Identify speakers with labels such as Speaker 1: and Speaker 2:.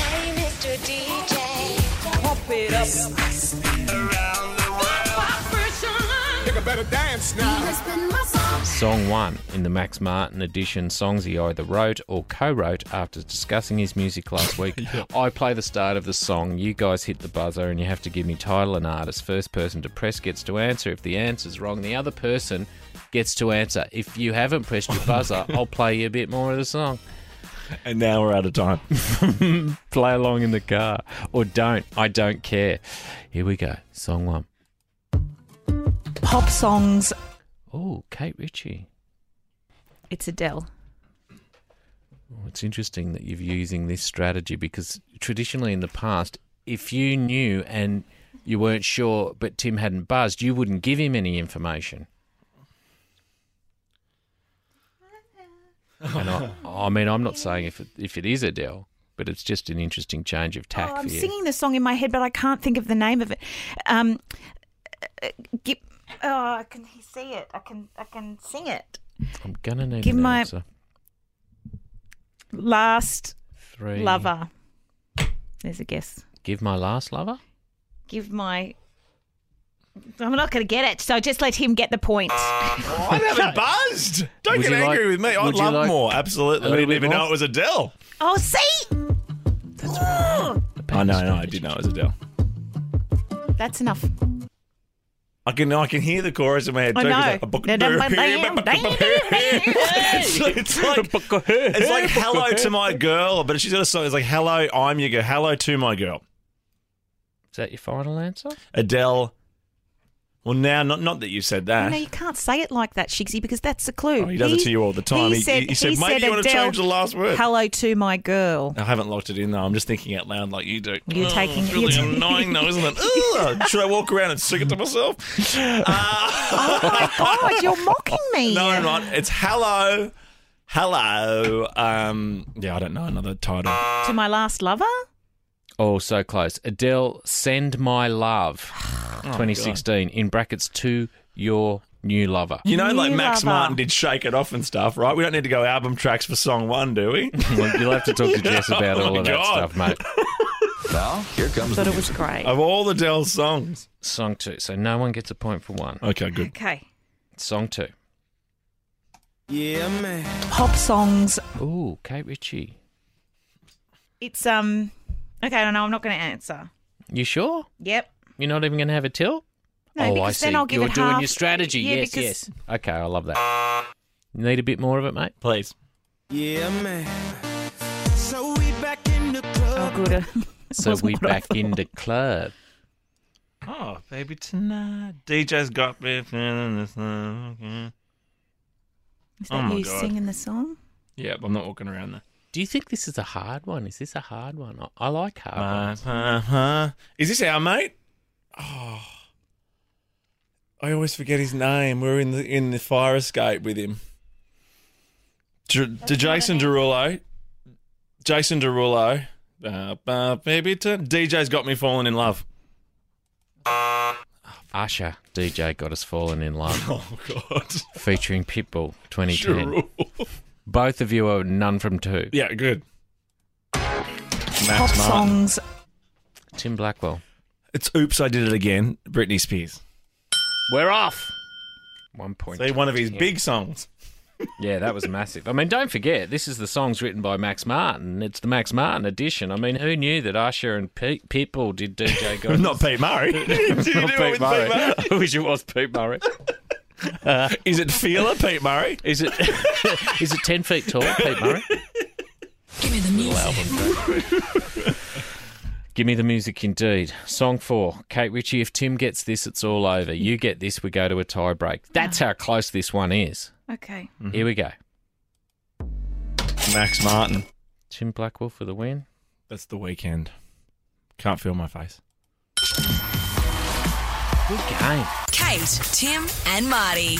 Speaker 1: Mr. DJ.
Speaker 2: Pump it up.
Speaker 3: Nigga better dance now.
Speaker 4: Song 1 in the Max Martin edition, songs he either wrote or co wrote after discussing his music last week. I play the start of the song, you guys hit the buzzer, and you have to give me title and artist. First person to press gets to answer. If the answer's wrong, the other person gets to answer. If you haven't pressed your buzzer, I'll play you a bit more of the song.
Speaker 5: And now we're out of time.
Speaker 4: Play along in the car or don't. I don't care. Here we go. Song 1.
Speaker 6: Pop songs.
Speaker 4: Oh, Kate Ritchie.
Speaker 6: It's Adele.
Speaker 4: Well, It's interesting that you're using this strategy because traditionally in the past, if you knew and you weren't sure, but Tim hadn't buzzed, you wouldn't give him any information. and I, I mean, I'm not saying if it, if it is Adele, but it's just an interesting change of tack
Speaker 6: Oh, I'm
Speaker 4: for you.
Speaker 6: singing the song in my head, but I can't think of the name of it. Um, uh, gi- oh, I can see it. I can. I can sing it.
Speaker 4: I'm gonna need
Speaker 6: Give
Speaker 4: an
Speaker 6: my-
Speaker 4: answer.
Speaker 6: Last
Speaker 4: Three.
Speaker 6: lover. There's a guess.
Speaker 4: Give my last lover.
Speaker 6: Give my. I'm not going to get it, so just let him get the point.
Speaker 5: I haven't buzzed. Don't
Speaker 4: Would
Speaker 5: get
Speaker 4: you like-
Speaker 5: angry with me. I'd
Speaker 4: would you
Speaker 5: love
Speaker 4: like
Speaker 5: more. Absolutely.
Speaker 4: a
Speaker 5: I
Speaker 4: little
Speaker 5: didn't
Speaker 4: bit
Speaker 5: even
Speaker 4: more?
Speaker 5: know it was Adele.
Speaker 6: Oh, see,
Speaker 4: That's right.
Speaker 5: I know, no, I did know it was Adele.
Speaker 6: that's enough.
Speaker 5: I can I can hear the chorus in my head.
Speaker 6: I
Speaker 5: too, 'cause
Speaker 6: know.
Speaker 5: it's, like- it's like it's like hello to my girl, but she's got a song. It's like hello, I'm your girl. Hello to my girl,
Speaker 4: Is that your final answer?
Speaker 5: Adele. Well, now not not that you said that.
Speaker 6: No, you can't say it like that, Shigsy, because that's the clue.
Speaker 5: Oh, he does it to you all the time. He- he said, "Mate, you wanna
Speaker 6: Adele,
Speaker 5: change the last word?"
Speaker 6: Hello to my girl.
Speaker 5: I haven't locked it in though. I'm just thinking out loud like you do.
Speaker 6: You're taking-
Speaker 5: It's really
Speaker 6: you're-
Speaker 5: annoying though, isn't it? Ugh. Should I walk around and sing it to myself? Uh,
Speaker 6: Oh my God, you're mocking me.
Speaker 5: no, I'm not. It's hello, hello. Um, yeah, I don't know another title.
Speaker 6: To my last lover?
Speaker 4: Oh, so close. Adele, send my love, 2016 in brackets to your new lover.
Speaker 5: You know,
Speaker 6: New
Speaker 5: like Max
Speaker 6: lover.
Speaker 5: Martin did "Shake It Off" and stuff, right? We don't need to go album tracks for song one, do we?
Speaker 4: Well, You'll have to talk to Jess about
Speaker 5: Oh
Speaker 4: all
Speaker 5: my
Speaker 4: of that
Speaker 5: God.
Speaker 4: stuff, mate.
Speaker 7: Now, here comes
Speaker 6: Thought
Speaker 7: the
Speaker 6: it was great.
Speaker 5: of all Adele's songs.
Speaker 4: Song two. So no one gets a point for one.
Speaker 5: Okay, good.
Speaker 6: Okay.
Speaker 4: Song two.
Speaker 3: Yeah, man.
Speaker 6: Pop songs.
Speaker 4: Ooh, Kate Ritchie.
Speaker 6: It's, um, okay, no, no, I'm not going to answer.
Speaker 4: You sure?
Speaker 6: Yep.
Speaker 4: You're not even going to have a till?
Speaker 6: No,
Speaker 4: oh, I
Speaker 6: because
Speaker 4: see.
Speaker 6: then I'll give
Speaker 4: You're
Speaker 6: it
Speaker 4: doing
Speaker 6: half-
Speaker 4: your strategy.
Speaker 6: Yeah,
Speaker 4: yes,
Speaker 6: because-
Speaker 4: yes. Okay, I love that. You need a bit more of it, mate?
Speaker 5: Please.
Speaker 3: Yeah, man. So we back in the club.
Speaker 6: Oh, good.
Speaker 4: So
Speaker 6: Wasn't
Speaker 4: we
Speaker 6: what I
Speaker 4: back
Speaker 6: thought.
Speaker 4: in the club.
Speaker 5: Oh, baby, tonight DJ's got me feeling this. Okay.
Speaker 6: Is
Speaker 5: Oh
Speaker 6: that
Speaker 5: my
Speaker 6: you
Speaker 5: God.
Speaker 6: singing the song?
Speaker 5: Yeah, I'm not walking around there.
Speaker 4: Do you think this is a hard one? Is this a hard one? I, I like hard ones.
Speaker 5: Uh-huh. Is this our mate? Oh, I always forget his name. We are in the in the fire escape with him. Dr- to Jason Derulo. Jason Derulo. Uh, uh, baby, to- DJ's got me falling in love.
Speaker 4: Usher, DJ Got Us Fallen in Love,
Speaker 5: Oh God,
Speaker 4: featuring Pitbull 2010.
Speaker 5: Derulo.
Speaker 4: Both of you are none from two.
Speaker 5: yeah, good.
Speaker 6: Pop
Speaker 5: Max Martin.
Speaker 6: songs.
Speaker 4: Tim Blackwell.
Speaker 5: It's oops, I did it again. Britney Spears.
Speaker 4: We're off. One point.
Speaker 5: Say one of his
Speaker 4: Yeah.
Speaker 5: big songs.
Speaker 4: Yeah, that was massive. I mean, don't forget, this is the songs written by Max Martin. It's the Max Martin edition. I mean, who knew that Usher and Pete, Pitbull did DJ Got Us?
Speaker 5: Not Pete Murray. did he do it
Speaker 4: Not
Speaker 5: with Pete Murray?
Speaker 4: I wish it was Pete Murray.
Speaker 5: Is it Feeler Pete Murray?
Speaker 4: Is it? is it ten feet tall, Pete Murray? Give me the music. indeed. Song four, Kate Ritchie. If Tim gets this, it's all over. You get this, we go to a tie break. That's how close this one is.
Speaker 6: Okay.
Speaker 4: Here we go.
Speaker 5: Max Martin.
Speaker 4: Tim Blackwell for the win.
Speaker 5: That's the weekend. Can't feel my face.
Speaker 4: Good game.
Speaker 8: Kate, Tim, and Marty.